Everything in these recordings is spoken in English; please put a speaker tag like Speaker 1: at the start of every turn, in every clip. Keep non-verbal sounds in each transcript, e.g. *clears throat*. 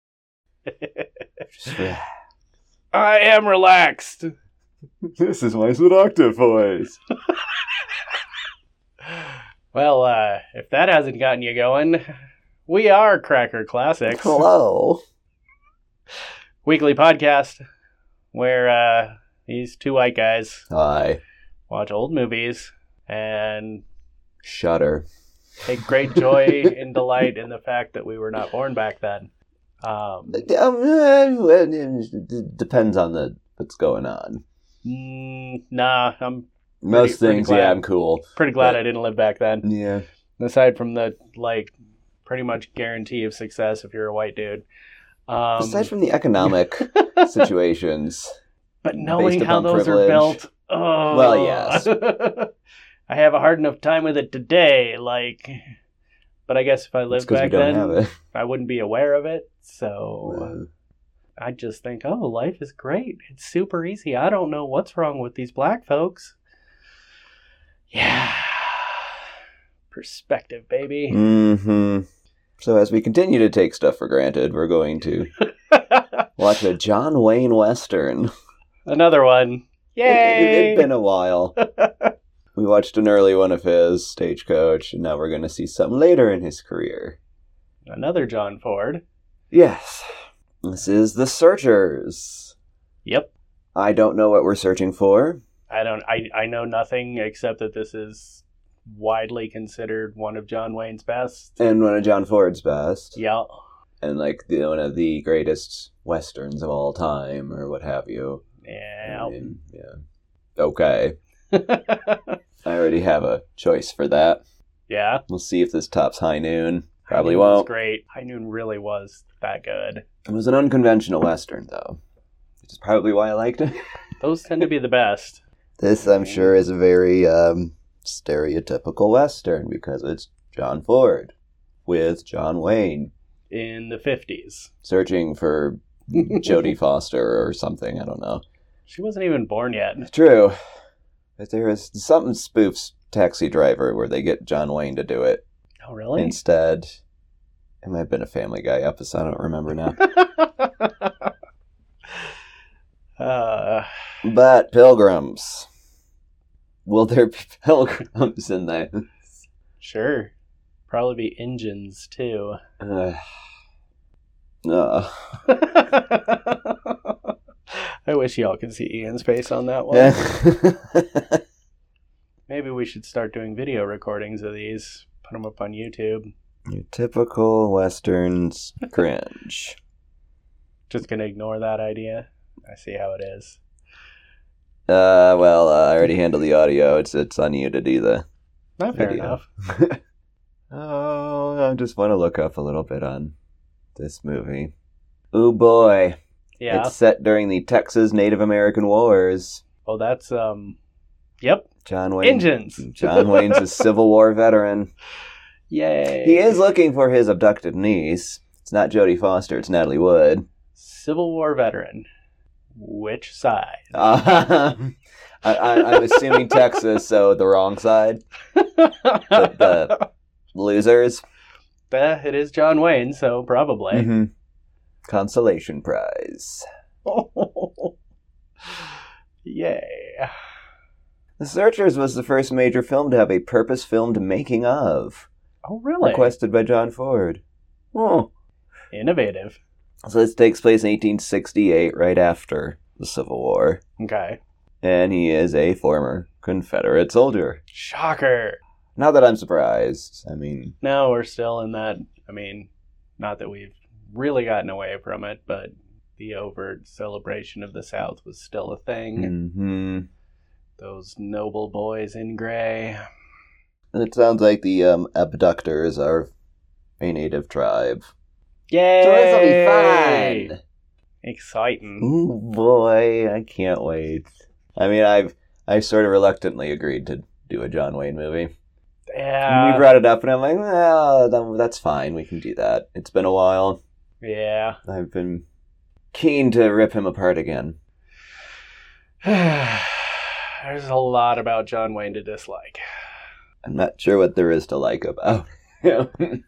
Speaker 1: *laughs* Just relax.
Speaker 2: I am relaxed.
Speaker 1: this is my seductive voice.
Speaker 2: Well, uh, if that hasn't gotten you going, we are Cracker Classics,
Speaker 1: Hello.
Speaker 2: weekly podcast where uh, these two white guys
Speaker 1: Hi.
Speaker 2: watch old movies and
Speaker 1: Shudder.
Speaker 2: take great joy and delight in the fact that we were not born back then. Um,
Speaker 1: Um, uh, d- depends on the what's going on.
Speaker 2: mm, nah, I'm Pretty-
Speaker 1: Most
Speaker 2: pretty
Speaker 1: things,
Speaker 2: glad.
Speaker 1: yeah, I'm cool.
Speaker 2: pretty glad
Speaker 1: But-
Speaker 2: I didn't live back then.
Speaker 1: Yeah.
Speaker 2: Aside from the like, pretty much guarantee of success if you're a white dude. Um,
Speaker 1: Aside from the *laughs* economic situations,
Speaker 2: But knowing how
Speaker 1: upon
Speaker 2: those are
Speaker 1: privilege.
Speaker 2: built, oh.
Speaker 1: Well, yes.
Speaker 2: *laughs* I have a hard enough time with it today. Like, but I guess if I
Speaker 1: it's
Speaker 2: lived
Speaker 1: because we
Speaker 2: back
Speaker 1: don't have
Speaker 2: then,
Speaker 1: *laughs* it.
Speaker 2: I wouldn't be aware of it. So
Speaker 1: Uh,
Speaker 2: I just think, oh, life is great. It's super easy. I don't know what's wrong with these black folks. Yeah, perspective, baby.
Speaker 1: Mm-hmm. So as we continue to take stuff for granted, we're
Speaker 2: *laughs*
Speaker 1: going to watch a John Wayne Western.
Speaker 2: Another one. Yay!
Speaker 1: It, has been
Speaker 2: *laughs*
Speaker 1: a while. we watched an early one of his, Stagecoach, and now we're going to see some later in his career.
Speaker 2: Another John Ford.
Speaker 1: Yes. This is The Searchers.
Speaker 2: Yep.
Speaker 1: I don't know what we're searching for.
Speaker 2: I don't I, I know nothing except that this is widely considered one of John Wayne's best.
Speaker 1: And one of John Ford's best.
Speaker 2: Yeah.
Speaker 1: And like the, one of the greatest westerns of all time, or what have you. I
Speaker 2: Yeah.
Speaker 1: mean, yeah.
Speaker 2: *laughs*
Speaker 1: Okay. I already have a choice for that.
Speaker 2: yeah.
Speaker 1: We'll see if this tops High Noon. Probably
Speaker 2: High Noon was
Speaker 1: won't.
Speaker 2: great. High Noon really was that good.
Speaker 1: It was an unconventional western, though, which is probably why I liked it.
Speaker 2: Those tend to be the best.
Speaker 1: *laughs* This, I'm sure, is a very um, stereotypical western because it's John Ford with John Wayne
Speaker 2: In the fifties.
Speaker 1: searching *laughs* for Jodie Foster or something. I don't know.
Speaker 2: She wasn't even born yet.
Speaker 1: True, but there is something spoofs Taxi Driver where they get John Wayne to do it
Speaker 2: Oh really?
Speaker 1: instead. It might have been a Family Guy episode. I don't remember now.
Speaker 2: *laughs* uh,
Speaker 1: But pilgrims. Will there be *laughs* pilgrims in there?
Speaker 2: sure. Probably be engines too. *laughs*
Speaker 1: Uh, uh,
Speaker 2: I wish y'all could see Ian's face on that one. Maybe we should start doing video recordings of these, put them up on YouTube.
Speaker 1: Your *laughs* typical westerns cringe.
Speaker 2: Just gonna ignore that idea. I see how it is.
Speaker 1: Uh, well, uh, I already handled the audio. It's it's on you to do the.
Speaker 2: Not fair
Speaker 1: Video.
Speaker 2: enough.
Speaker 1: Oh, I just want to look up a little bit on this movie. Oh boy,
Speaker 2: Yeah.
Speaker 1: it's set during the Texas Native American Wars.
Speaker 2: Well, that's um. Yep.
Speaker 1: John Wayne.
Speaker 2: Engines.
Speaker 1: John Wayne's a Civil War veteran.
Speaker 2: Yay.
Speaker 1: He is looking for his abducted niece. It's not Jodie Foster, it's Natalie Wood.
Speaker 2: Civil War veteran. Which side?
Speaker 1: Uh, *laughs* I, I, I'm assuming Texas, so the wrong side.
Speaker 2: *laughs*
Speaker 1: the- Losers.
Speaker 2: Eh, it is John Wayne, so probably.
Speaker 1: Mhm. Consolation prize. Mm-hmm.
Speaker 2: *laughs* Yay.
Speaker 1: The Searchers was the first major film to have a purpose filmed making of,
Speaker 2: Oh, really?
Speaker 1: requested by John Ford. Oh.
Speaker 2: Innovative.
Speaker 1: So this takes place in 1868, right after the Civil War.
Speaker 2: Okay.
Speaker 1: And he is a former Confederate soldier.
Speaker 2: Shocker.
Speaker 1: Not that I'm surprised. I mean,
Speaker 2: No, we're still in that. I mean, not that we've really gotten away from it, but the overt celebration of the South was still a thing.
Speaker 1: hmm
Speaker 2: Those noble boys in gray.
Speaker 1: And it sounds like the um, abductors are a native tribe.
Speaker 2: Yay!
Speaker 1: So this'll be fun.
Speaker 2: Exciting.
Speaker 1: Ooh, boy, I can't wait. I mean, I've I sort of reluctantly agreed to do a John Wayne movie.
Speaker 2: Yeah.
Speaker 1: we brought it up, and I'm like, well, then that's fine. We can do that. It's been a while.
Speaker 2: yeah.
Speaker 1: I've been keen to rip him apart again.
Speaker 2: *sighs* There's a lot about John Wayne to dislike.
Speaker 1: I'm not sure what there is to like about *laughs* him.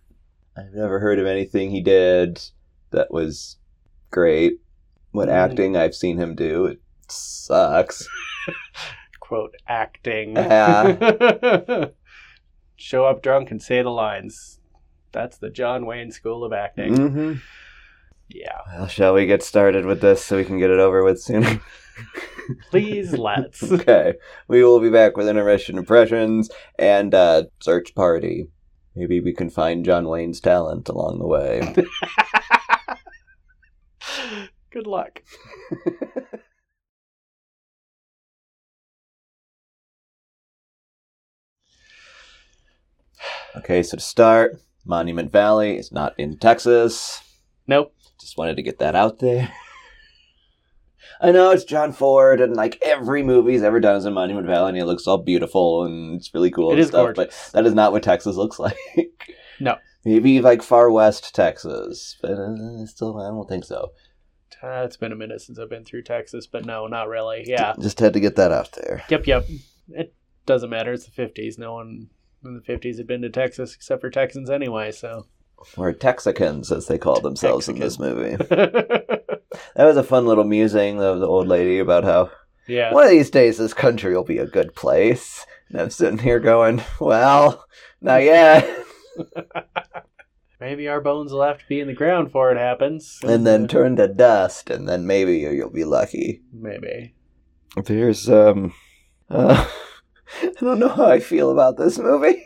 Speaker 1: I've never heard of anything he did that was great. What
Speaker 2: Mhm.
Speaker 1: acting I've seen him do, it sucks.
Speaker 2: Quote acting.
Speaker 1: Yeah.
Speaker 2: *laughs* Show up drunk and say the lines. That's the John Wayne School of Acting.
Speaker 1: hmm
Speaker 2: Yeah.
Speaker 1: Well, shall we get started with this so we can get it over with sooner?
Speaker 2: Please let's.
Speaker 1: *laughs* okay. We will be back with intermission impressions and uh, search party. Maybe we can find John Wayne's talent along the way.
Speaker 2: Good luck.
Speaker 1: okay, so to start, Monument Valley is not in Texas.
Speaker 2: Nope.
Speaker 1: Just wanted to get that out there. *laughs* I know it's John Ford, and like every movie he's ever done is in Monument Valley, and it looks all beautiful and it's really cool.
Speaker 2: It
Speaker 1: and
Speaker 2: is
Speaker 1: stuff,
Speaker 2: gorgeous.
Speaker 1: but that is not what Texas looks *laughs* like.
Speaker 2: No.
Speaker 1: maybe like far west Texas, but uh, still, I don't think so.
Speaker 2: Uh, it's been a minute since I've been through Texas, but no, not really. Yeah.
Speaker 1: just had to get that out there.
Speaker 2: Yep, yep. It doesn't matter. It's the 50s. No one in the 50s had been to Texas except for Texans anyway, so. *laughs*
Speaker 1: Or Texicans, as they call themselves in this movie.
Speaker 2: yeah.
Speaker 1: That was a fun little musing of the old lady about how one of these days this country will be a good place. And I'm sitting here going, well, not yet. *laughs*
Speaker 2: Maybe our bones will have to be in the ground before it happens. Uh,
Speaker 1: and then turn to dust, and then maybe you'll be lucky.
Speaker 2: Maybe.
Speaker 1: There's, um, uh, *laughs* I don't know how I feel about this movie.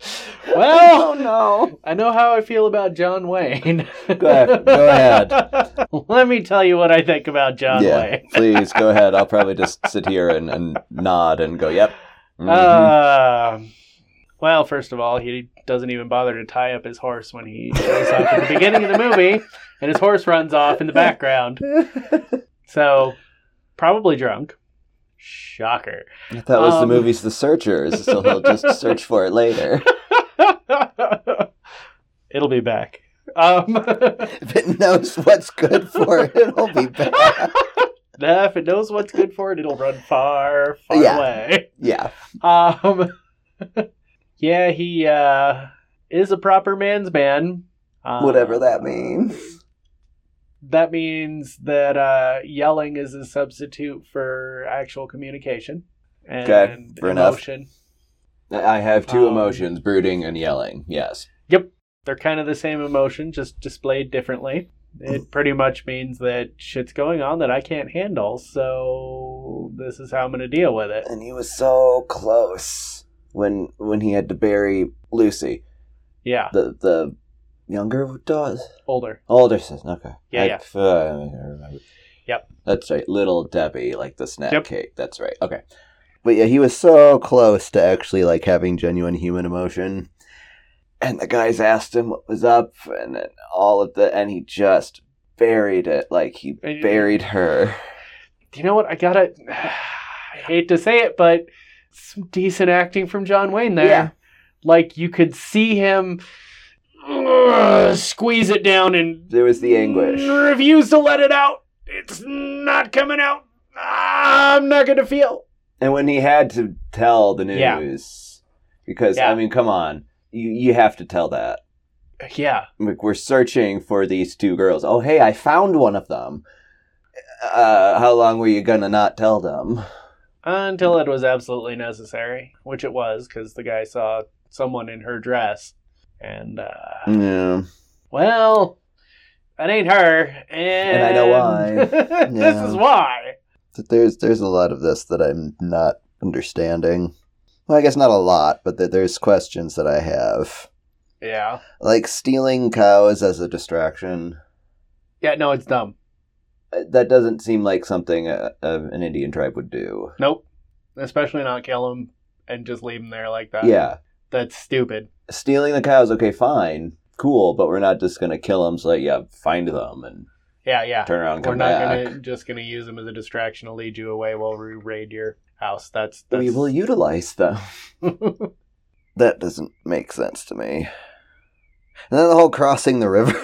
Speaker 1: *laughs* Oh,
Speaker 2: Well-
Speaker 1: I don't know.
Speaker 2: I know how I feel about John Wayne.
Speaker 1: Go ahead. Go
Speaker 2: ahead. *laughs* Let me tell you what I think about John
Speaker 1: yeah,
Speaker 2: Wayne.
Speaker 1: *laughs* please go ahead. I'll probably just sit here and, and nod and go, yep. Mhm.
Speaker 2: Uh, well, first of all, he doesn't even bother to tie up his horse when he shows up at the beginning of the movie, and his horse runs off in the background.
Speaker 1: Mm-hmm.
Speaker 2: *laughs* So, probably drunk. Shocker. *laughs*
Speaker 1: I thought it was the
Speaker 2: Um,
Speaker 1: movie's The Searchers, so he'll just search for it later. *laughs*
Speaker 2: It'll be back. Um,
Speaker 1: If it knows what's good for it, it'll *laughs* be bad.
Speaker 2: *laughs* nah, if it knows what's good for it, it'll run far, far
Speaker 1: Yeah.
Speaker 2: away.
Speaker 1: Yeah.
Speaker 2: Um, *laughs* yeah, he uh, is a proper man's man. Uh,
Speaker 1: Whatever that means.
Speaker 2: That means that uh, yelling is a substitute for actual communication and
Speaker 1: Okay, fair enough.
Speaker 2: emotion.
Speaker 1: I have two
Speaker 2: Um,
Speaker 1: emotions brooding and yelling. Yes.
Speaker 2: They're kind of the same emotion, just displayed differently.
Speaker 1: Mm-hmm.
Speaker 2: It pretty much means that shit's going on that I can't handle, so this is how I'm going to deal with it.
Speaker 1: And he was so close when when he had to bury Lucy,
Speaker 2: Yeah,
Speaker 1: the the younger daughter,
Speaker 2: older.
Speaker 1: older sister. Okay.
Speaker 2: Yeah,
Speaker 1: I,
Speaker 2: yeah.
Speaker 1: f- uh, I remember.
Speaker 2: Yep.
Speaker 1: That's right. Little Debbie, like the snack
Speaker 2: Yep.
Speaker 1: cake. That's right. Okay. But yeah, he was so close to actually like having genuine human emotion. And the guys asked him what was up, and then all of the, and he just buried it like he
Speaker 2: And-
Speaker 1: buried her.
Speaker 2: you know what? I gotta. *sighs* I hate to say it, but some decent acting from John Wayne there.
Speaker 1: Yeah.
Speaker 2: Like you could see him *clears throat* uh, squeeze it down and
Speaker 1: There was the anguish.
Speaker 2: Refuse to let it out. It's not coming out. I'm not gonna feel.
Speaker 1: And when he had to tell the
Speaker 2: Yeah.
Speaker 1: news, because
Speaker 2: Yeah.
Speaker 1: I mean, come on, you you have to tell that.
Speaker 2: Yeah.
Speaker 1: Like, we're searching for these two girls. Oh, hey, I found one of them. Uh, how long were you gonna not tell them?
Speaker 2: Until it was absolutely necessary, which it was, because the guy saw someone in her dress, and uh,
Speaker 1: Yeah.
Speaker 2: Well, that ain't her, and,
Speaker 1: I know why.
Speaker 2: *laughs* this
Speaker 1: Yeah.
Speaker 2: is why.
Speaker 1: But There's there's a lot of this that I'm not understanding. Well, I guess not a lot, but that there's questions that I have,
Speaker 2: Yeah.
Speaker 1: like stealing cows as a distraction.
Speaker 2: Yeah. No, it's dumb.
Speaker 1: Uh, That doesn't seem like something uh uh an Indian tribe would do.
Speaker 2: Nope. Especially not kill him and just leave him there like that.
Speaker 1: yeah.
Speaker 2: That's stupid.
Speaker 1: stealing the cows, okay, fine, cool, but we're not just gonna kill them. So like, yeah, find them and
Speaker 2: Yeah. Yeah.
Speaker 1: turn around and
Speaker 2: We're
Speaker 1: come
Speaker 2: not
Speaker 1: back.
Speaker 2: gonna just gonna use him as a distraction to lead you away while we raid your house. That's, *laughs* that's...
Speaker 1: We will
Speaker 2: *laughs*
Speaker 1: utilize them. that doesn't make sense to me. And then the whole crossing the river. *laughs*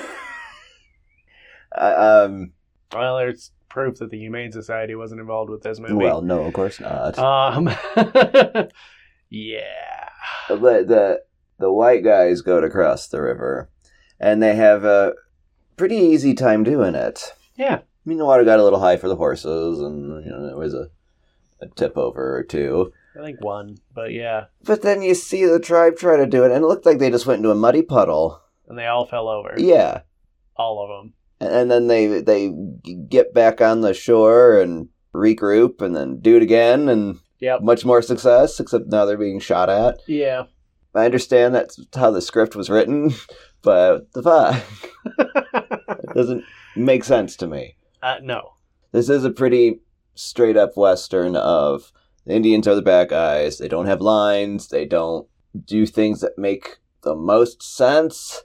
Speaker 1: Uh, um.
Speaker 2: well, there's proof that the Humane Society wasn't involved with this movie.
Speaker 1: Well, no, of course
Speaker 2: *laughs*
Speaker 1: not.
Speaker 2: Um. *laughs* yeah.
Speaker 1: but the the white guys go to cross the river, and they have a pretty easy time doing it.
Speaker 2: Yeah.
Speaker 1: I mean, the water got a little high for the horses, and you know there was a, a tip over or two.
Speaker 2: I think one, but yeah.
Speaker 1: But then you see the tribe try to do it, and it looked like they just went into a muddy puddle.
Speaker 2: And they all fell over.
Speaker 1: Yeah,
Speaker 2: All of them.
Speaker 1: and, and then they they get back on the shore and regroup, and then do it again, and
Speaker 2: Yep.
Speaker 1: much more success. Except now they're being shot at.
Speaker 2: Yeah.
Speaker 1: I understand that's how the script was written, *laughs* but
Speaker 2: *laughs*
Speaker 1: the fuck it doesn't make sense to me.
Speaker 2: Uh, no.
Speaker 1: This is a pretty straight up western of the Indians are the bad guys. They don't have lines. They don't do things that make the most sense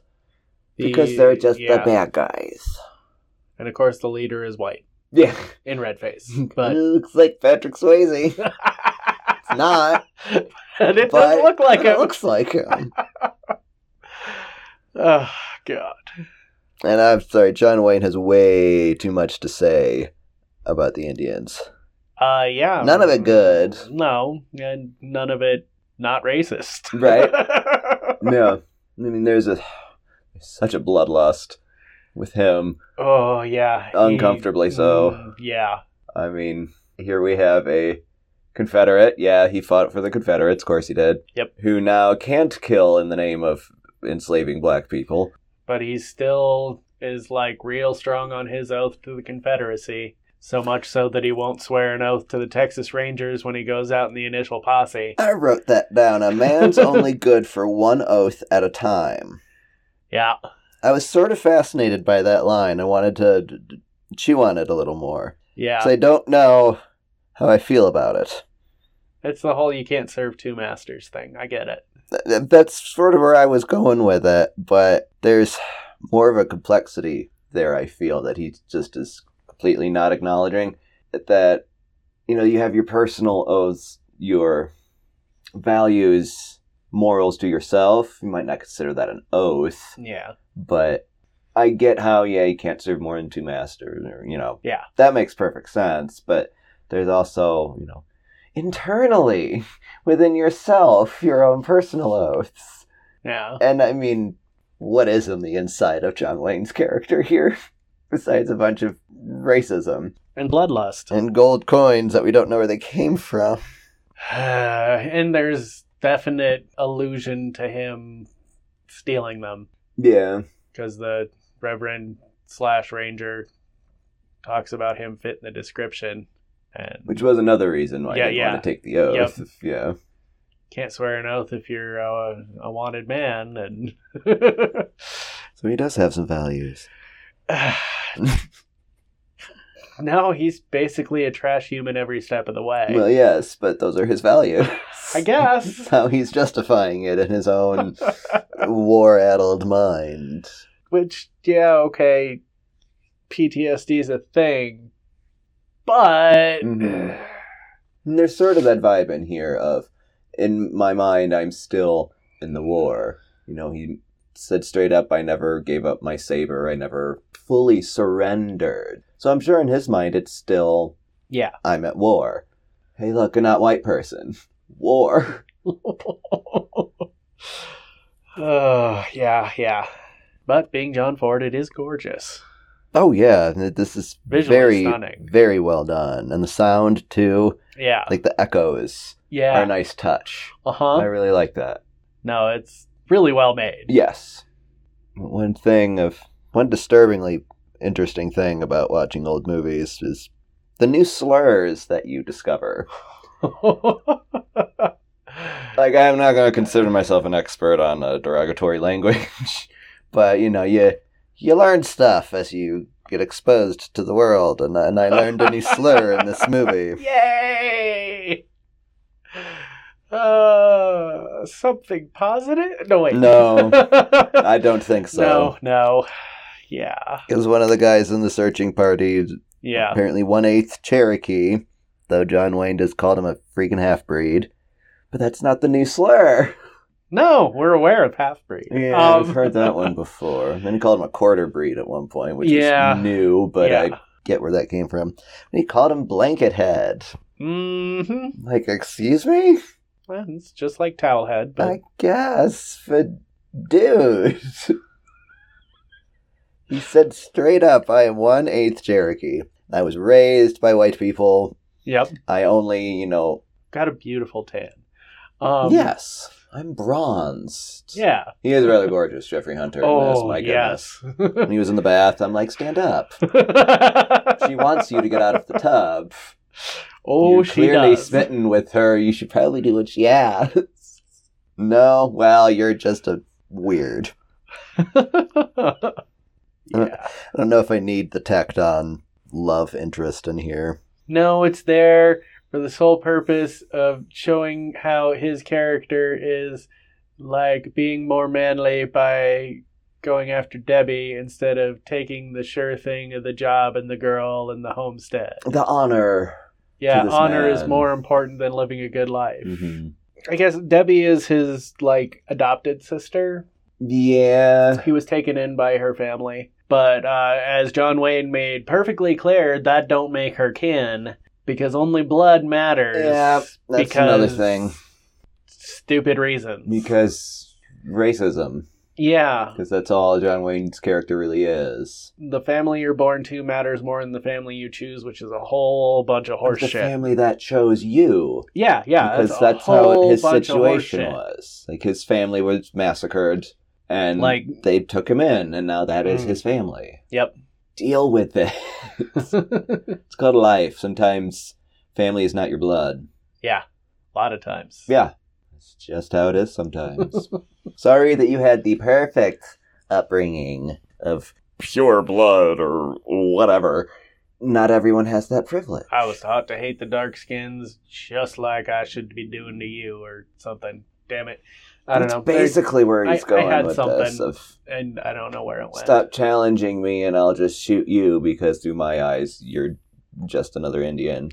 Speaker 1: because they're just the
Speaker 2: yeah.
Speaker 1: bad guys.
Speaker 2: And of course, the leader is white
Speaker 1: Yeah,
Speaker 2: in red
Speaker 1: *laughs*
Speaker 2: face.
Speaker 1: it
Speaker 2: But. *laughs*
Speaker 1: looks like Patrick Swayze. It's not,
Speaker 2: and it
Speaker 1: but
Speaker 2: does look like
Speaker 1: it
Speaker 2: it.
Speaker 1: looks like him.
Speaker 2: oh, God.
Speaker 1: And I'm sorry, John Wayne has way too much to say about the Indians.
Speaker 2: Uh, yeah.
Speaker 1: None of it good.
Speaker 2: No. And none of it not racist.
Speaker 1: Right. *laughs* Yeah, I mean, there's a such a bloodlust with him.
Speaker 2: *laughs* oh, yeah. He-
Speaker 1: Uncomfortably so.
Speaker 2: Mm, yeah.
Speaker 1: I mean, here we have a Confederate. Yeah, he fought for the Confederates. Of course he did.
Speaker 2: Yep.
Speaker 1: Who now can't kill in the name of enslaving black people.
Speaker 2: but he still is like real strong on his oath to the Confederacy. So much so that he won't swear an oath to the Texas Rangers when he goes out in the initial posse.
Speaker 1: I wrote that down. A *laughs* man's only good for one oath at a time.
Speaker 2: Yeah,
Speaker 1: I was sort of fascinated by that line. I wanted to d- d- chew on it a little more.
Speaker 2: yeah.
Speaker 1: 'Cause I don't know how I feel about it.
Speaker 2: it's the whole you can't serve two masters thing. I get it.
Speaker 1: Th- th- That's sort of where I was going with it, but there's more of a complexity there, I feel, that he just is completely not acknowledging. That, you know, you have your personal oaths, your values, morals to yourself. You might not consider that an oath,
Speaker 2: Yeah.
Speaker 1: but I get how, yeah, you can't serve more than two masters, or, you know.
Speaker 2: Yeah.
Speaker 1: That makes perfect sense, but there's also, you know, internally *laughs* within yourself, your own personal oaths.
Speaker 2: Yeah.
Speaker 1: And I mean, what is on the inside of John Wayne's character here? *laughs* Besides a bunch of racism
Speaker 2: And bloodlust.
Speaker 1: and gold coins that we don't know where they came from.
Speaker 2: *sighs* and there's definite allusion to him stealing them
Speaker 1: Yeah.
Speaker 2: because the Reverend slash Ranger talks about him fitting the description. And
Speaker 1: Which was another reason why
Speaker 2: Yeah,
Speaker 1: I didn't
Speaker 2: yeah.
Speaker 1: want to take the oath. Yeah.
Speaker 2: can't swear an oath if you're uh, a wanted man and *sighs*
Speaker 1: So he does have some values.
Speaker 2: no he's basically a trash human every step of the way
Speaker 1: Well, yes, but those are his values.
Speaker 2: i guess
Speaker 1: how he's justifying it in
Speaker 2: *laughs*
Speaker 1: his own war addled mind.
Speaker 2: which yeah okay ptsd is a thing but *laughs*
Speaker 1: Mhm. And there's sort of that vibe in here of, in my mind, I'm still in the war. You know, he said straight up, I never gave up my saber, I never fully surrendered. So I'm sure in his mind, it's still,
Speaker 2: yeah
Speaker 1: I'm at war. Hey, look, a not white person. War.
Speaker 2: oh yeah yeah but being john ford it is gorgeous
Speaker 1: Oh, yeah. This is
Speaker 2: Visually
Speaker 1: very,
Speaker 2: stunning.
Speaker 1: very well done. And the sound, too.
Speaker 2: yeah
Speaker 1: Like the echoes are a
Speaker 2: yeah
Speaker 1: nice touch.
Speaker 2: uh-huh
Speaker 1: I really like that.
Speaker 2: no it's really well made
Speaker 1: Yes. One thing of one disturbingly interesting thing about watching old movies is the new slurs that you discover. Like I'm not going to consider myself an expert on uh, derogatory language, *laughs* but you know, you you learn stuff as you get exposed to the world and, and I learned a new slur in this movie.
Speaker 2: *laughs* Yay! Uh, something positive? No, wait. *laughs*
Speaker 1: No. I don't think so.
Speaker 2: No, no. Yeah.
Speaker 1: Because one of the guys in the searching party
Speaker 2: Yeah.
Speaker 1: apparently one eighth Cherokee, though John Wayne just called him a freaking half breed. But that's not the new slur.
Speaker 2: No, we're aware of half breed.
Speaker 1: Yeah,
Speaker 2: Um,
Speaker 1: I've heard
Speaker 2: *laughs*
Speaker 1: that one before. Then he called him a quarter breed at one point, which
Speaker 2: Yeah.
Speaker 1: is new, but
Speaker 2: yeah.
Speaker 1: I get where that came from. And he called him blanket head.
Speaker 2: hmm
Speaker 1: Like, excuse me?
Speaker 2: Well, it's just like Towelhead, but
Speaker 1: I guess, but dude. *laughs* He said straight up, I am one eighth Cherokee. I was raised by white people.
Speaker 2: Yep.
Speaker 1: I only, you know.
Speaker 2: Got a beautiful tan. Um,
Speaker 1: yes, I'm bronzed.
Speaker 2: Yeah.
Speaker 1: He is rather gorgeous, Jeffrey Hunter. in this,
Speaker 2: Oh,
Speaker 1: my goodness.
Speaker 2: yes.
Speaker 1: When he was in the bath, I'm like, stand up.
Speaker 2: *laughs*
Speaker 1: She wants you to get out of the tub.
Speaker 2: Oh,
Speaker 1: You're
Speaker 2: she
Speaker 1: clearly
Speaker 2: does.
Speaker 1: smitten with her. You should probably do what she asks. *laughs* No, well, you're just a weird.
Speaker 2: *laughs* yeah.
Speaker 1: I don't know if I need the tacked on love interest in here.
Speaker 2: No, it's there for the sole purpose of showing how his character is like being more manly by going after Debbie instead of taking the sure thing of the job and the girl and the homestead.
Speaker 1: The honor.
Speaker 2: Yeah,
Speaker 1: this
Speaker 2: honor is
Speaker 1: man.
Speaker 2: more important than living a good life.
Speaker 1: Mhm.
Speaker 2: I guess Debbie is his like adopted sister.
Speaker 1: Yeah.
Speaker 2: *laughs* He was taken in by her family, but uh, as John Wayne made perfectly clear, that don't make her kin because only blood matters.
Speaker 1: Yeah, that's another thing.
Speaker 2: Stupid reasons.
Speaker 1: Because racism.
Speaker 2: yeah,
Speaker 1: Because that's all John Wayne's character really is.
Speaker 2: the family you're born to matters more than the family you choose, which is a whole bunch of
Speaker 1: It's
Speaker 2: horse
Speaker 1: the
Speaker 2: shit.
Speaker 1: family that chose you.
Speaker 2: yeah, yeah,
Speaker 1: because
Speaker 2: a
Speaker 1: that's how
Speaker 2: whole
Speaker 1: his
Speaker 2: bunch of horse
Speaker 1: situation
Speaker 2: shit.
Speaker 1: was. Like his family was massacred, and
Speaker 2: Like-
Speaker 1: they took him in, and now that is
Speaker 2: Mm.
Speaker 1: his family.
Speaker 2: Yep.
Speaker 1: Deal
Speaker 2: *laughs*
Speaker 1: with it. it's called life. Sometimes family is not your blood.
Speaker 2: Yeah, a lot of times.
Speaker 1: Yeah, it's just how it is sometimes. *laughs* Sorry that you had the perfect upbringing of pure blood or whatever. Not everyone has that privilege.
Speaker 2: I was taught to hate the dark skins just like I should be doing to you or something. Damn it. I don't
Speaker 1: That's
Speaker 2: know.
Speaker 1: Basically, where he's
Speaker 2: I- I
Speaker 1: going
Speaker 2: had
Speaker 1: with this
Speaker 2: something.
Speaker 1: of
Speaker 2: and I don't know where it went.
Speaker 1: Stop challenging me and I'll just shoot you because through my eyes you're just another Indian.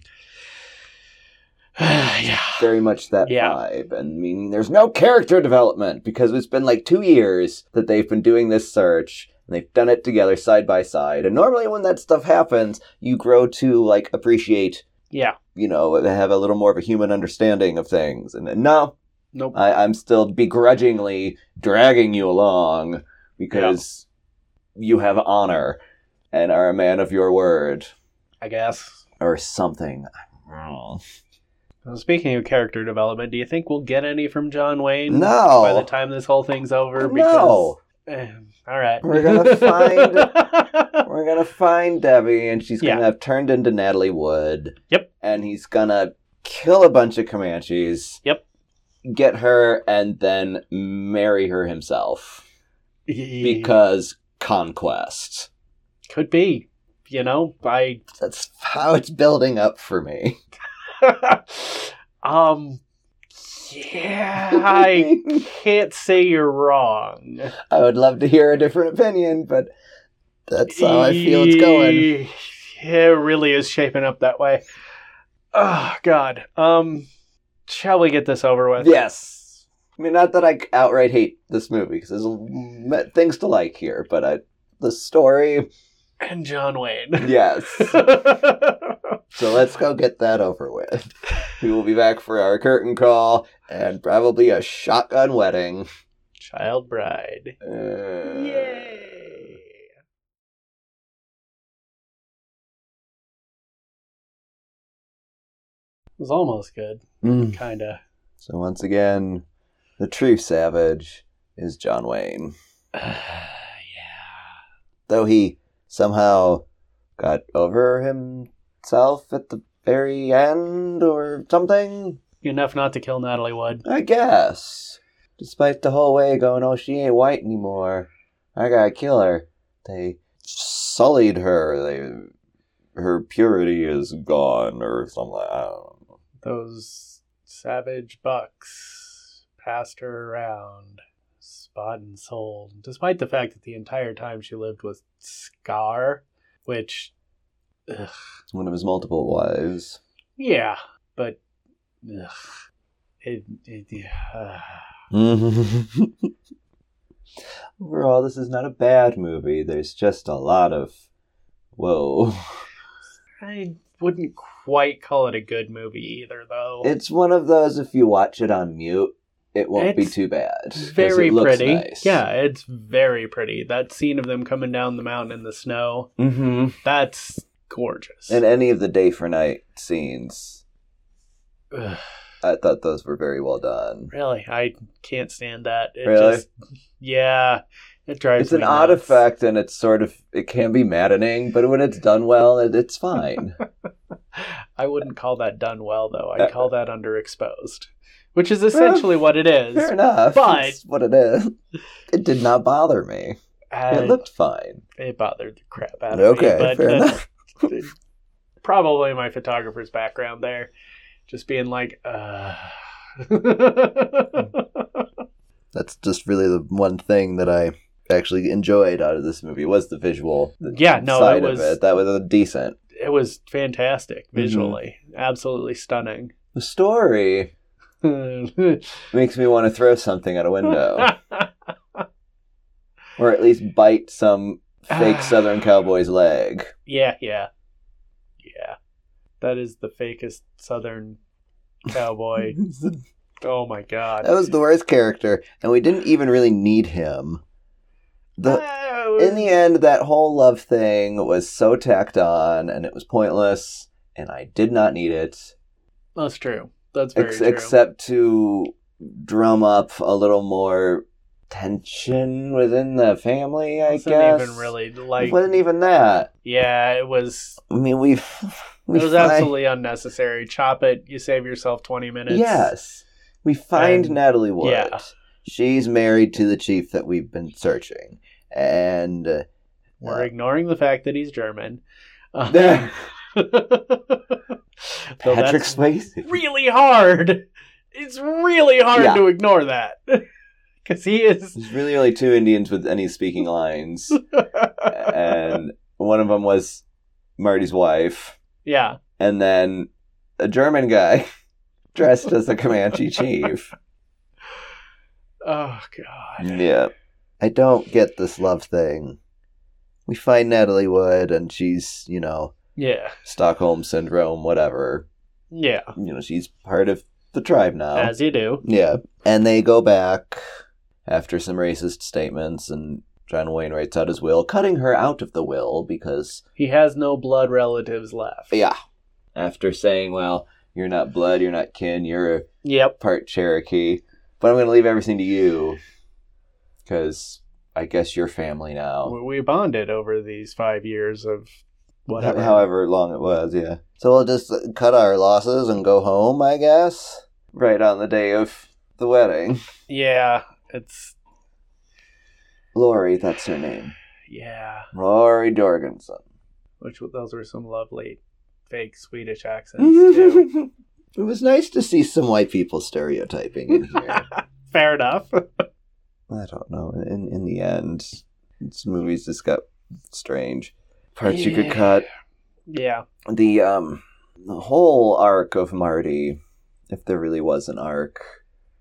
Speaker 2: yeah.
Speaker 1: Very much that
Speaker 2: Yeah.
Speaker 1: vibe. And meaning there's no character development because it's been like two years that they've been doing this search and they've done it together side by side. And normally when that stuff happens, you grow to like appreciate,
Speaker 2: Yeah.
Speaker 1: you know, have a little more of a human understanding of things. And then, no,
Speaker 2: Nope.
Speaker 1: I, I'm still begrudgingly dragging you along because you have honor and are a man of your word
Speaker 2: I guess.
Speaker 1: or something. I don't know.
Speaker 2: Well, speaking of character development, do you think we'll get any from John Wayne
Speaker 1: No.
Speaker 2: by the time this whole thing's over?
Speaker 1: No,
Speaker 2: Eh, all right. *laughs*
Speaker 1: We're gonna
Speaker 2: find.
Speaker 1: we're gonna find Debbie, and she's gonna
Speaker 2: Yeah.
Speaker 1: have turned into Natalie Wood.
Speaker 2: Yep.
Speaker 1: and he's gonna kill a bunch of Comanches.
Speaker 2: Yep.
Speaker 1: get her, and then marry her himself because conquest.
Speaker 2: could be. You know, I
Speaker 1: That's how it's building up for me.
Speaker 2: *laughs* um yeah,
Speaker 1: *laughs*
Speaker 2: I can't say you're wrong.
Speaker 1: I would love to hear a different opinion, but that's how I feel it's going.
Speaker 2: Yeah, It really is shaping up that way. Oh God. Um, shall we get this over with?
Speaker 1: Yes. I mean, not that I outright hate this movie because there's m- things to like here, but I, the story, *laughs*
Speaker 2: And John Wayne.
Speaker 1: yes. so let's go get that over with. We will be back for our curtain call and probably a shotgun wedding.
Speaker 2: Child bride.
Speaker 1: Uh,
Speaker 2: Yay. It was almost good,
Speaker 1: Mm.
Speaker 2: kinda.
Speaker 1: So once again, the true savage is John Wayne.
Speaker 2: yeah.
Speaker 1: though he somehow got over himself at the very end or something,
Speaker 2: Enough not to kill Natalie Wood.
Speaker 1: I guess. Despite the whole way going, oh, she ain't white anymore. I gotta kill her. They sullied her. They, her purity is gone or something. I don't know.
Speaker 2: Those savage bucks passed her around, spot and soul, despite the fact that the entire time she lived with Scar, which, ugh,
Speaker 1: It's one of his multiple wives. *laughs*
Speaker 2: yeah, but ugh, it, it, uh,
Speaker 1: Overall, this is not a bad movie. There's just a lot of.
Speaker 2: *laughs*
Speaker 1: Whoa.
Speaker 2: I wouldn't quite call it a good movie either, though.
Speaker 1: It's one of those if you watch it on mute, it won't be
Speaker 2: It's
Speaker 1: too bad. 'cause
Speaker 2: Very
Speaker 1: it looks
Speaker 2: pretty.
Speaker 1: nice.
Speaker 2: Yeah, it's very pretty. That scene of them coming down the mountain in the snow,
Speaker 1: Mm-hmm.
Speaker 2: that's gorgeous.
Speaker 1: And any of the day for night scenes,
Speaker 2: Ugh,
Speaker 1: I thought those were very well done.
Speaker 2: really, I can't stand that. It
Speaker 1: Really?
Speaker 2: just yeah, it drives
Speaker 1: It's an
Speaker 2: me
Speaker 1: odd
Speaker 2: nuts.
Speaker 1: effect, and it's sort of it can be maddening, but when it's done well, it,
Speaker 2: *laughs*
Speaker 1: it's fine.
Speaker 2: I wouldn't call that done well though.
Speaker 1: Uh,
Speaker 2: I'd call that underexposed, which is essentially what it
Speaker 1: Fair
Speaker 2: is.
Speaker 1: enough.
Speaker 2: but-
Speaker 1: It's what it is. It did not bother me.
Speaker 2: And
Speaker 1: it looked fine.
Speaker 2: it bothered the crap out of me.
Speaker 1: Okay,
Speaker 2: but
Speaker 1: fair
Speaker 2: that's-
Speaker 1: enough.
Speaker 2: *laughs* probably my photographer's background there. Just being like, uh. *laughs* yeah,
Speaker 1: That's just really the one thing that I actually enjoyed out of this movie was the visual
Speaker 2: no,
Speaker 1: side
Speaker 2: it was
Speaker 1: of it.
Speaker 2: it.
Speaker 1: That was a decent.
Speaker 2: was fantastic
Speaker 1: Mm-hmm.
Speaker 2: visually, absolutely stunning.
Speaker 1: The story makes me want to throw something out
Speaker 2: *laughs*
Speaker 1: a window, or at least bite some
Speaker 2: *sighs*
Speaker 1: fake Southern cowboy's leg.
Speaker 2: yeah, yeah, yeah. That is the fakest Southern *laughs* cowboy.
Speaker 1: *laughs* that
Speaker 2: oh my god!
Speaker 1: was the worst character, and we didn't even really need him. The
Speaker 2: Oh,
Speaker 1: in the end, that whole love thing was so tacked on, and it was pointless, and I did not need it.
Speaker 2: that's true. That's very
Speaker 1: ex-
Speaker 2: true.
Speaker 1: except to drum up a little more tension within the family. I
Speaker 2: wasn't
Speaker 1: guess
Speaker 2: even really
Speaker 1: it
Speaker 2: like.
Speaker 1: wasn't even that.
Speaker 2: Yeah, it was.
Speaker 1: I mean, we've we
Speaker 2: It was
Speaker 1: find-
Speaker 2: absolutely unnecessary. Chop it. You save yourself 20 minutes.
Speaker 1: yes. We find
Speaker 2: And-
Speaker 1: Natalie Wood.
Speaker 2: yeah.
Speaker 1: She's married to the chief that we've been searching,
Speaker 2: *laughs*
Speaker 1: and uh,
Speaker 2: We're ignoring the fact that he's
Speaker 1: *laughs*
Speaker 2: German. Um, *laughs*
Speaker 1: There.
Speaker 2: so
Speaker 1: Patrick
Speaker 2: that's
Speaker 1: Swayze.
Speaker 2: really hard. It's really hard
Speaker 1: Yeah.
Speaker 2: to ignore that. *laughs* Because he is.
Speaker 1: There's really only two Indians with any
Speaker 2: *laughs*
Speaker 1: speaking lines, and one of them was Marty's wife.
Speaker 2: yeah.
Speaker 1: and then a German guy *laughs* dressed as a
Speaker 2: *laughs*
Speaker 1: Comanche chief.
Speaker 2: Oh, God.
Speaker 1: Yeah. I don't get this love thing. We find Natalie Wood and she's, you know,
Speaker 2: Yeah.
Speaker 1: Stockholm syndrome, whatever.
Speaker 2: Yeah.
Speaker 1: You know, she's part of the tribe now.
Speaker 2: As you do.
Speaker 1: yeah. And they go back after some racist statements and John Wayne writes out his will, cutting her out of the will because
Speaker 2: He has no blood relatives left.
Speaker 1: Yeah. After saying, Well, you're not blood, you're not kin, you're a
Speaker 2: Yep.
Speaker 1: part Cherokee, but I'm going to leave everything to you because I guess you're family now.
Speaker 2: We- We bonded over these five years of whatever.
Speaker 1: However long it was, yeah. So we'll just cut our losses and go home, I guess. Right on the day of the wedding.
Speaker 2: Yeah. It's.
Speaker 1: Lori, that's her name.
Speaker 2: Yeah.
Speaker 1: Lori Jorgensen.
Speaker 2: which w- those were some lovely fake Swedish
Speaker 1: *laughs*
Speaker 2: accents too.
Speaker 1: it was nice to see some white people stereotyping in here.
Speaker 2: Fair enough.
Speaker 1: I don't know. In in the end, this movie's just got strange parts you could
Speaker 2: Yeah.
Speaker 1: cut.
Speaker 2: Yeah.
Speaker 1: the um the whole arc of Marty, if there really was an arc,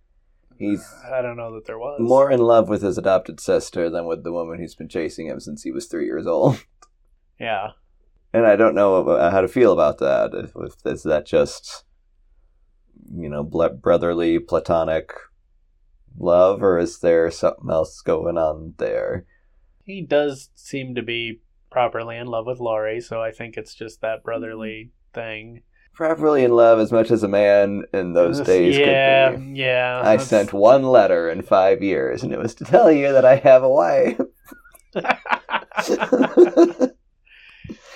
Speaker 2: *sighs*
Speaker 1: he's
Speaker 2: I don't know that there was
Speaker 1: more in love with his adopted sister than with the woman who's been chasing him since he was three years old.
Speaker 2: Yeah.
Speaker 1: And I don't know ab- how to feel about that. If, if is that just you know ble- brotherly platonic love, or is there something else going on there?
Speaker 2: He does seem to be properly in love with Laurie, so I think it's just that brotherly thing.
Speaker 1: Properly in love as much as a man in
Speaker 2: *laughs*
Speaker 1: those days
Speaker 2: Yeah.
Speaker 1: could be.
Speaker 2: Yeah.
Speaker 1: I
Speaker 2: that's- *laughs*
Speaker 1: sent one letter in five years, and it was to tell you that I have
Speaker 2: *laughs*
Speaker 1: a wife. Though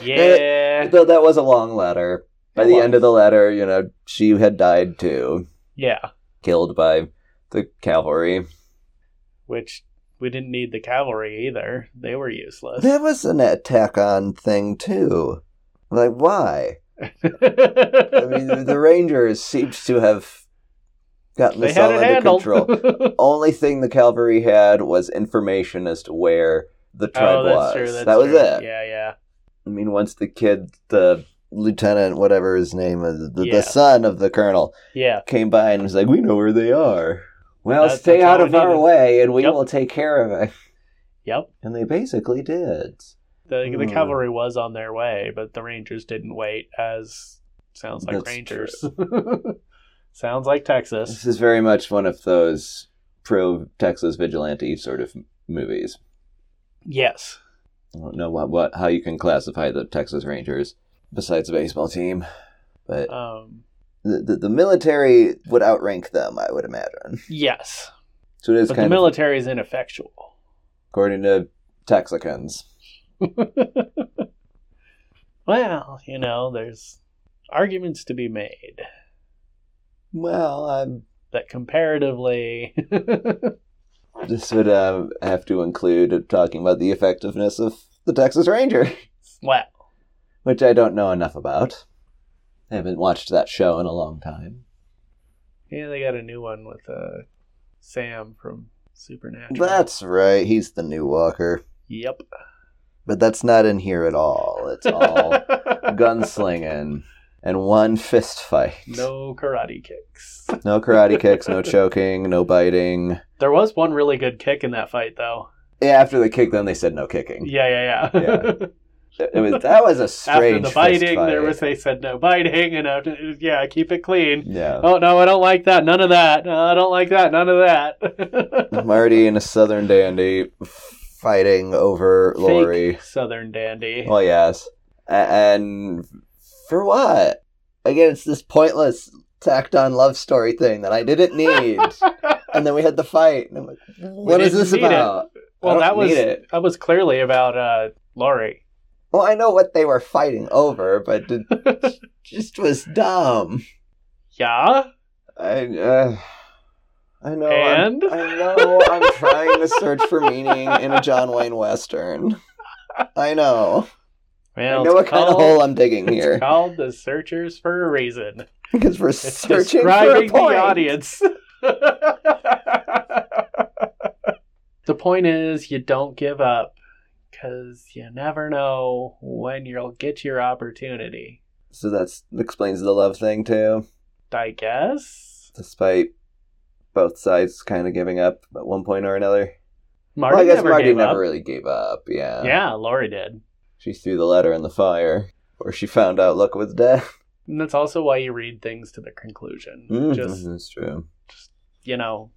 Speaker 2: yeah.
Speaker 1: that was a long letter. By
Speaker 2: It
Speaker 1: the
Speaker 2: was.
Speaker 1: end of the letter, you know, she had died too,
Speaker 2: yeah.
Speaker 1: killed by the cavalry.
Speaker 2: Which we didn't need the cavalry either. They were useless. *laughs*
Speaker 1: That was an attack on thing too. Like, why? I mean, the Rangers seemed to have gotten
Speaker 2: they
Speaker 1: this
Speaker 2: had
Speaker 1: all
Speaker 2: it
Speaker 1: under
Speaker 2: handled.
Speaker 1: control. Only thing the cavalry had was information as to where the tribe
Speaker 2: *laughs* oh, that's
Speaker 1: was.
Speaker 2: true. That's
Speaker 1: that was
Speaker 2: true.
Speaker 1: it.
Speaker 2: Yeah. Yeah.
Speaker 1: I mean, once the kid, the lieutenant, whatever his name is, the,
Speaker 2: Yeah.
Speaker 1: the son of the colonel,
Speaker 2: Yeah.
Speaker 1: came by and was like, "We know where they are. Well,
Speaker 2: That's-
Speaker 1: stay
Speaker 2: that's
Speaker 1: out
Speaker 2: all
Speaker 1: of
Speaker 2: we
Speaker 1: our
Speaker 2: needed."
Speaker 1: way, and we
Speaker 2: Yep.
Speaker 1: will take care of it."
Speaker 2: Yep.
Speaker 1: And they basically did.
Speaker 2: The, the
Speaker 1: Hmm.
Speaker 2: cavalry was on their way, but the Rangers didn't wait, as sounds like
Speaker 1: That's
Speaker 2: Rangers. *laughs* Sounds like Texas.
Speaker 1: This is very much one of those pro Texas vigilante sort of movies.
Speaker 2: Yes.
Speaker 1: I don't know what, what how you can classify the Texas Rangers besides a baseball team, but
Speaker 2: Um,
Speaker 1: the, the, the military would outrank them, I would imagine.
Speaker 2: yes.
Speaker 1: So it is
Speaker 2: But the
Speaker 1: kind of
Speaker 2: military is ineffectual. *laughs*
Speaker 1: according to Texicans.
Speaker 2: Well, you know, there's arguments to be made
Speaker 1: Well, I'm,
Speaker 2: that
Speaker 1: *laughs*
Speaker 2: comparatively.
Speaker 1: this would uh, have to include talking about the effectiveness of the Texas Ranger, *laughs*
Speaker 2: well,
Speaker 1: which I don't know enough about. I haven't watched that show in a long time.
Speaker 2: yeah, they got a new one with uh, Sam from Supernatural.
Speaker 1: That's right, he's the new Walker,
Speaker 2: Yep.
Speaker 1: but that's not in here at all. It's all gunslinging and one fist fight.
Speaker 2: *laughs* no karate kicks.
Speaker 1: No karate kicks, no choking, no biting.
Speaker 2: There was one really good kick in that fight, though.
Speaker 1: Yeah, after the kick, then they said no kicking.
Speaker 2: Yeah, yeah, *laughs* yeah.
Speaker 1: It was, that was a strange
Speaker 2: *laughs* After the
Speaker 1: fist
Speaker 2: biting,
Speaker 1: fight.
Speaker 2: there was they said no biting, and after, yeah, keep it clean. *laughs*
Speaker 1: yeah.
Speaker 2: Oh no, I don't like that. None of that. No, I don't like that. None of that.
Speaker 1: Marty and a Southern dandy fighting over *laughs* Lori.
Speaker 2: Fake Southern dandy.
Speaker 1: Well, Oh, yes, A- and for what? Again, it's this pointless tacked on love story thing that I
Speaker 2: *laughs*
Speaker 1: didn't need. and then we had the fight. And I'm like, what is
Speaker 2: didn't
Speaker 1: this
Speaker 2: need it.
Speaker 1: about? I
Speaker 2: well,
Speaker 1: don't
Speaker 2: that was
Speaker 1: need it.
Speaker 2: that was clearly about uh, Laurie.
Speaker 1: Well, I know what they were fighting over, but it
Speaker 2: *laughs*
Speaker 1: just was dumb.
Speaker 2: Yeah,
Speaker 1: I, uh, I know. I'm-
Speaker 2: and
Speaker 1: I know. I'm trying to search for meaning in a John Wayne Western. I know.
Speaker 2: well,
Speaker 1: I know
Speaker 2: it's
Speaker 1: what kind of
Speaker 2: called-
Speaker 1: hole I'm digging
Speaker 2: It's
Speaker 1: here
Speaker 2: called the searchers for a reason.
Speaker 1: because we're
Speaker 2: It's
Speaker 1: searching for a
Speaker 2: describing
Speaker 1: point.
Speaker 2: the audience. *laughs* the point is, you don't give up because you never know when you'll get your opportunity.
Speaker 1: So that explains the love thing too.
Speaker 2: I guess.
Speaker 1: Despite both sides kind of giving up at one point or another.
Speaker 2: Marty
Speaker 1: well, I guess
Speaker 2: never
Speaker 1: Marty
Speaker 2: gave
Speaker 1: never
Speaker 2: up.
Speaker 1: really gave up. Yeah.
Speaker 2: yeah, Lori did.
Speaker 1: She threw the letter in the fire, or she found out Luck was dead.
Speaker 2: *laughs* And that's also why you read things to the conclusion.
Speaker 1: Mm,
Speaker 2: Just,
Speaker 1: that's true.
Speaker 2: you know,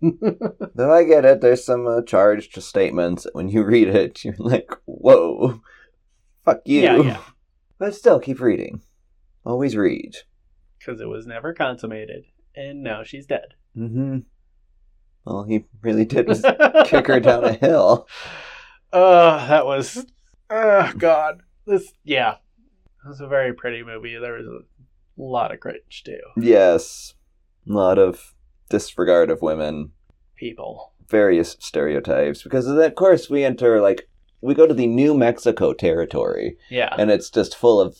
Speaker 1: Though I get it, there's some uh, charged statements. that When you *laughs* read it, you're like, whoa, fuck you.
Speaker 2: Yeah, yeah.
Speaker 1: But still, keep reading. Always read.
Speaker 2: because it was never consummated. And now she's dead.
Speaker 1: Mm-hmm. All he
Speaker 2: *laughs*
Speaker 1: really did was kick her down a hill.
Speaker 2: Oh, that was. Oh God, this yeah, it was a very pretty movie. There was a lot of cringe too.
Speaker 1: Yes. A lot of disregard of women.
Speaker 2: People,
Speaker 1: various stereotypes because of that- of course we enter like we go to the New Mexico territory
Speaker 2: yeah,
Speaker 1: and it's just full of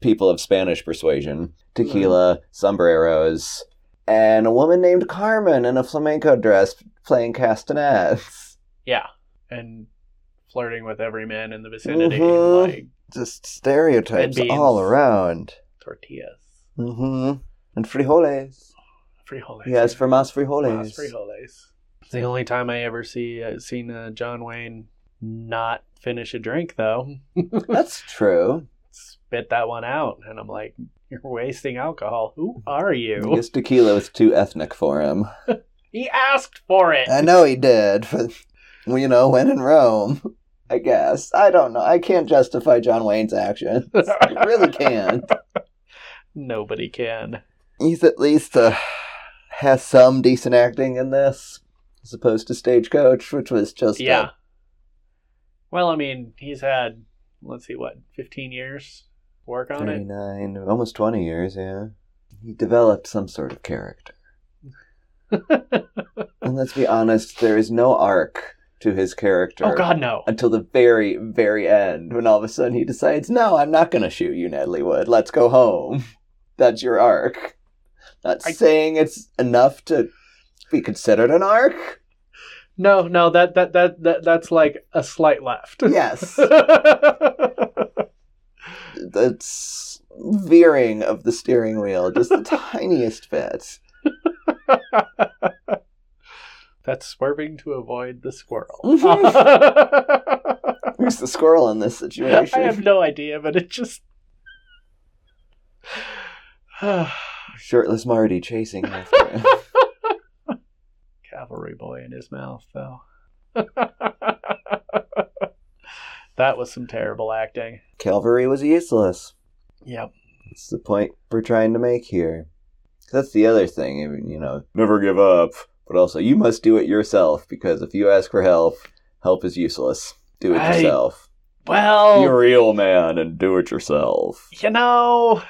Speaker 1: people of Spanish persuasion, tequila, sombreros, and a woman named Carmen in a flamenco dress playing castanets.
Speaker 2: yeah, and flirting with every man in the vicinity,
Speaker 1: Mhm.
Speaker 2: like
Speaker 1: Just stereotypes
Speaker 2: And beans.
Speaker 1: all around.
Speaker 2: tortillas,
Speaker 1: Mm-hmm. And frijoles.
Speaker 2: frijoles.
Speaker 1: Yes, for mas
Speaker 2: Oh, Mas
Speaker 1: frijoles.
Speaker 2: frijoles. It's the only time I ever see uh, seen uh, John Wayne not finish a drink though.
Speaker 1: That's true.
Speaker 2: Spit that one out, and I'm like, you're wasting alcohol. Who are
Speaker 1: I
Speaker 2: you?
Speaker 1: guess tequila was too ethnic
Speaker 2: *laughs*
Speaker 1: for him.
Speaker 2: He asked for it.
Speaker 1: I know he did, but well, you know, when in Rome, I guess. I don't know. I can't justify John
Speaker 2: *laughs*
Speaker 1: Wayne's actions. I really can't.
Speaker 2: Nobody can.
Speaker 1: He's at least uh, has some decent acting in this, as opposed to Stagecoach, which was just
Speaker 2: yeah.
Speaker 1: uh,
Speaker 2: Well, I mean, he's had let's see, what, fifteen years work on it.
Speaker 1: thirty-nine, almost twenty years. Yeah, he developed some sort
Speaker 2: *laughs*
Speaker 1: of character. and let's be honest, there is no arc to his character.
Speaker 2: Oh God, no.
Speaker 1: until the very, very end when all of a sudden he decides, no, I'm not going to shoot you, Natalie Wood. Let's
Speaker 2: *laughs*
Speaker 1: go home. That's your arc. Not
Speaker 2: I-
Speaker 1: saying it's enough to be considered
Speaker 2: *laughs*
Speaker 1: an arc.
Speaker 2: No, no. That that that, that that's like a slight left.
Speaker 1: Yes. That's veering of the steering wheel,
Speaker 2: *laughs*
Speaker 1: just the tiniest bit.
Speaker 2: *laughs* that's swerving to avoid the squirrel.
Speaker 1: Who's the squirrel in this
Speaker 2: *laughs* I
Speaker 1: situation?
Speaker 2: have no idea, but it just.
Speaker 1: shirtless Marty chasing
Speaker 2: *laughs*
Speaker 1: after him.
Speaker 2: *sighs* Cavalry boy in his mouth, though. *laughs* that was some terrible acting.
Speaker 1: Calvary was useless.
Speaker 2: Yep.
Speaker 1: That's the point we're trying to make here. 'Cause That's the other thing, I mean, you know, never give up, but also you must do it yourself because if you ask for help, help is useless. Do it
Speaker 2: I- Oh.
Speaker 1: yourself.
Speaker 2: Well,
Speaker 1: Be a real man and do
Speaker 2: *laughs*
Speaker 1: it yourself.
Speaker 2: you know,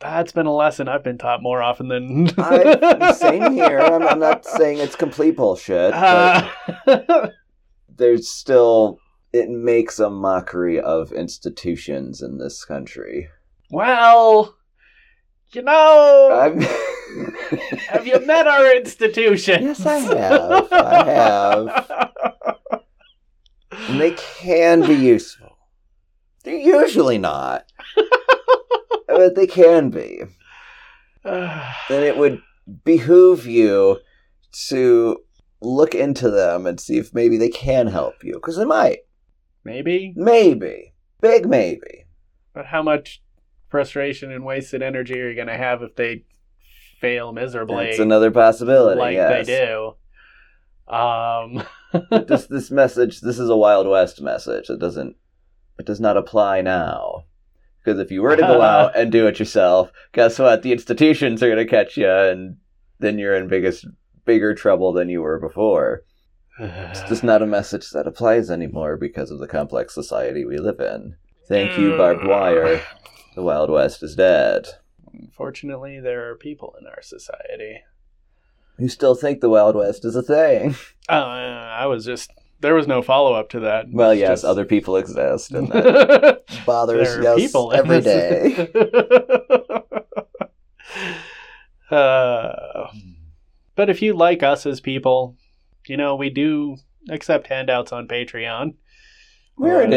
Speaker 2: that's been a lesson I've been taught more often than.
Speaker 1: I, same here. I'm,
Speaker 2: *laughs*
Speaker 1: I'm not saying it's complete bullshit, but
Speaker 2: Uh,
Speaker 1: there's still it makes a mockery of institutions in this country.
Speaker 2: *laughs* well, you know,
Speaker 1: I'm *laughs*
Speaker 2: have you met our institution? *laughs*
Speaker 1: Yes, I have. I have. and they can be useful. They're
Speaker 2: *laughs*
Speaker 1: usually not, but they can be. Then it would behoove you to look into them and see if maybe they can help you, because they might.
Speaker 2: *sighs* Maybe,
Speaker 1: Maybe. Big maybe.
Speaker 2: but how much frustration and wasted energy are you going to have if they fail miserably?
Speaker 1: That's another possibility.
Speaker 2: like
Speaker 1: yes.
Speaker 2: they do. Um,
Speaker 1: But this this message this is a Wild West message. It doesn't it does not apply now. Because if you were
Speaker 2: *laughs*
Speaker 1: to go out and do it yourself, guess what? The institutions are gonna catch you and then you're in biggest bigger trouble than you were before. It's
Speaker 2: *sighs*
Speaker 1: just not a message that applies anymore because of the complex society we live in. Thank
Speaker 2: Mm. *sighs*
Speaker 1: you, barbed wire. The Wild West is dead.
Speaker 2: Unfortunately, there are people in our society.
Speaker 1: You still think the Wild West is a thing.
Speaker 2: Uh, I was just there was no follow up to that.
Speaker 1: Well,
Speaker 2: It's
Speaker 1: yes,
Speaker 2: just- *laughs*
Speaker 1: other people exist, and that
Speaker 2: there
Speaker 1: bothers
Speaker 2: are
Speaker 1: us
Speaker 2: people in *laughs*
Speaker 1: every
Speaker 2: this-
Speaker 1: day.
Speaker 2: uh, *laughs* but if you like us as people, you know we do accept handouts on Patreon.
Speaker 1: We're an
Speaker 2: Uh,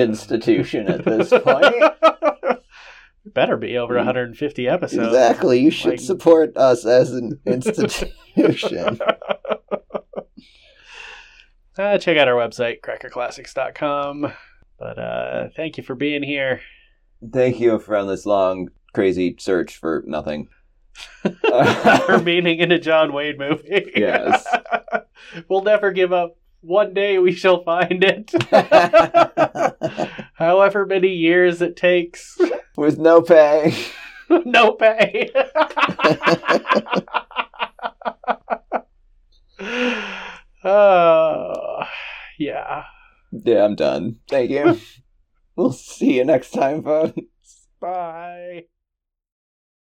Speaker 2: *laughs*
Speaker 1: institution at this point. Mm.
Speaker 2: Better be over 150 episodes.
Speaker 1: exactly. You should
Speaker 2: like-
Speaker 1: support us as an *laughs* institution.
Speaker 2: *laughs* Uh, check out our website, crackerclassics.com. But uh, thank you for being here. *laughs*
Speaker 1: Thank you for this long, crazy search for nothing.
Speaker 2: for meaning in a John Wayne movie.
Speaker 1: Yes.
Speaker 2: *laughs* we'll never give up. One day we shall find it. However many years it takes.
Speaker 1: *laughs*
Speaker 2: *laughs*
Speaker 1: With no pay.
Speaker 2: no pay. *laughs* uh, yeah.
Speaker 1: Yeah, *laughs* I'm done. Thank you. we'll see you next time, folks.
Speaker 2: Bye.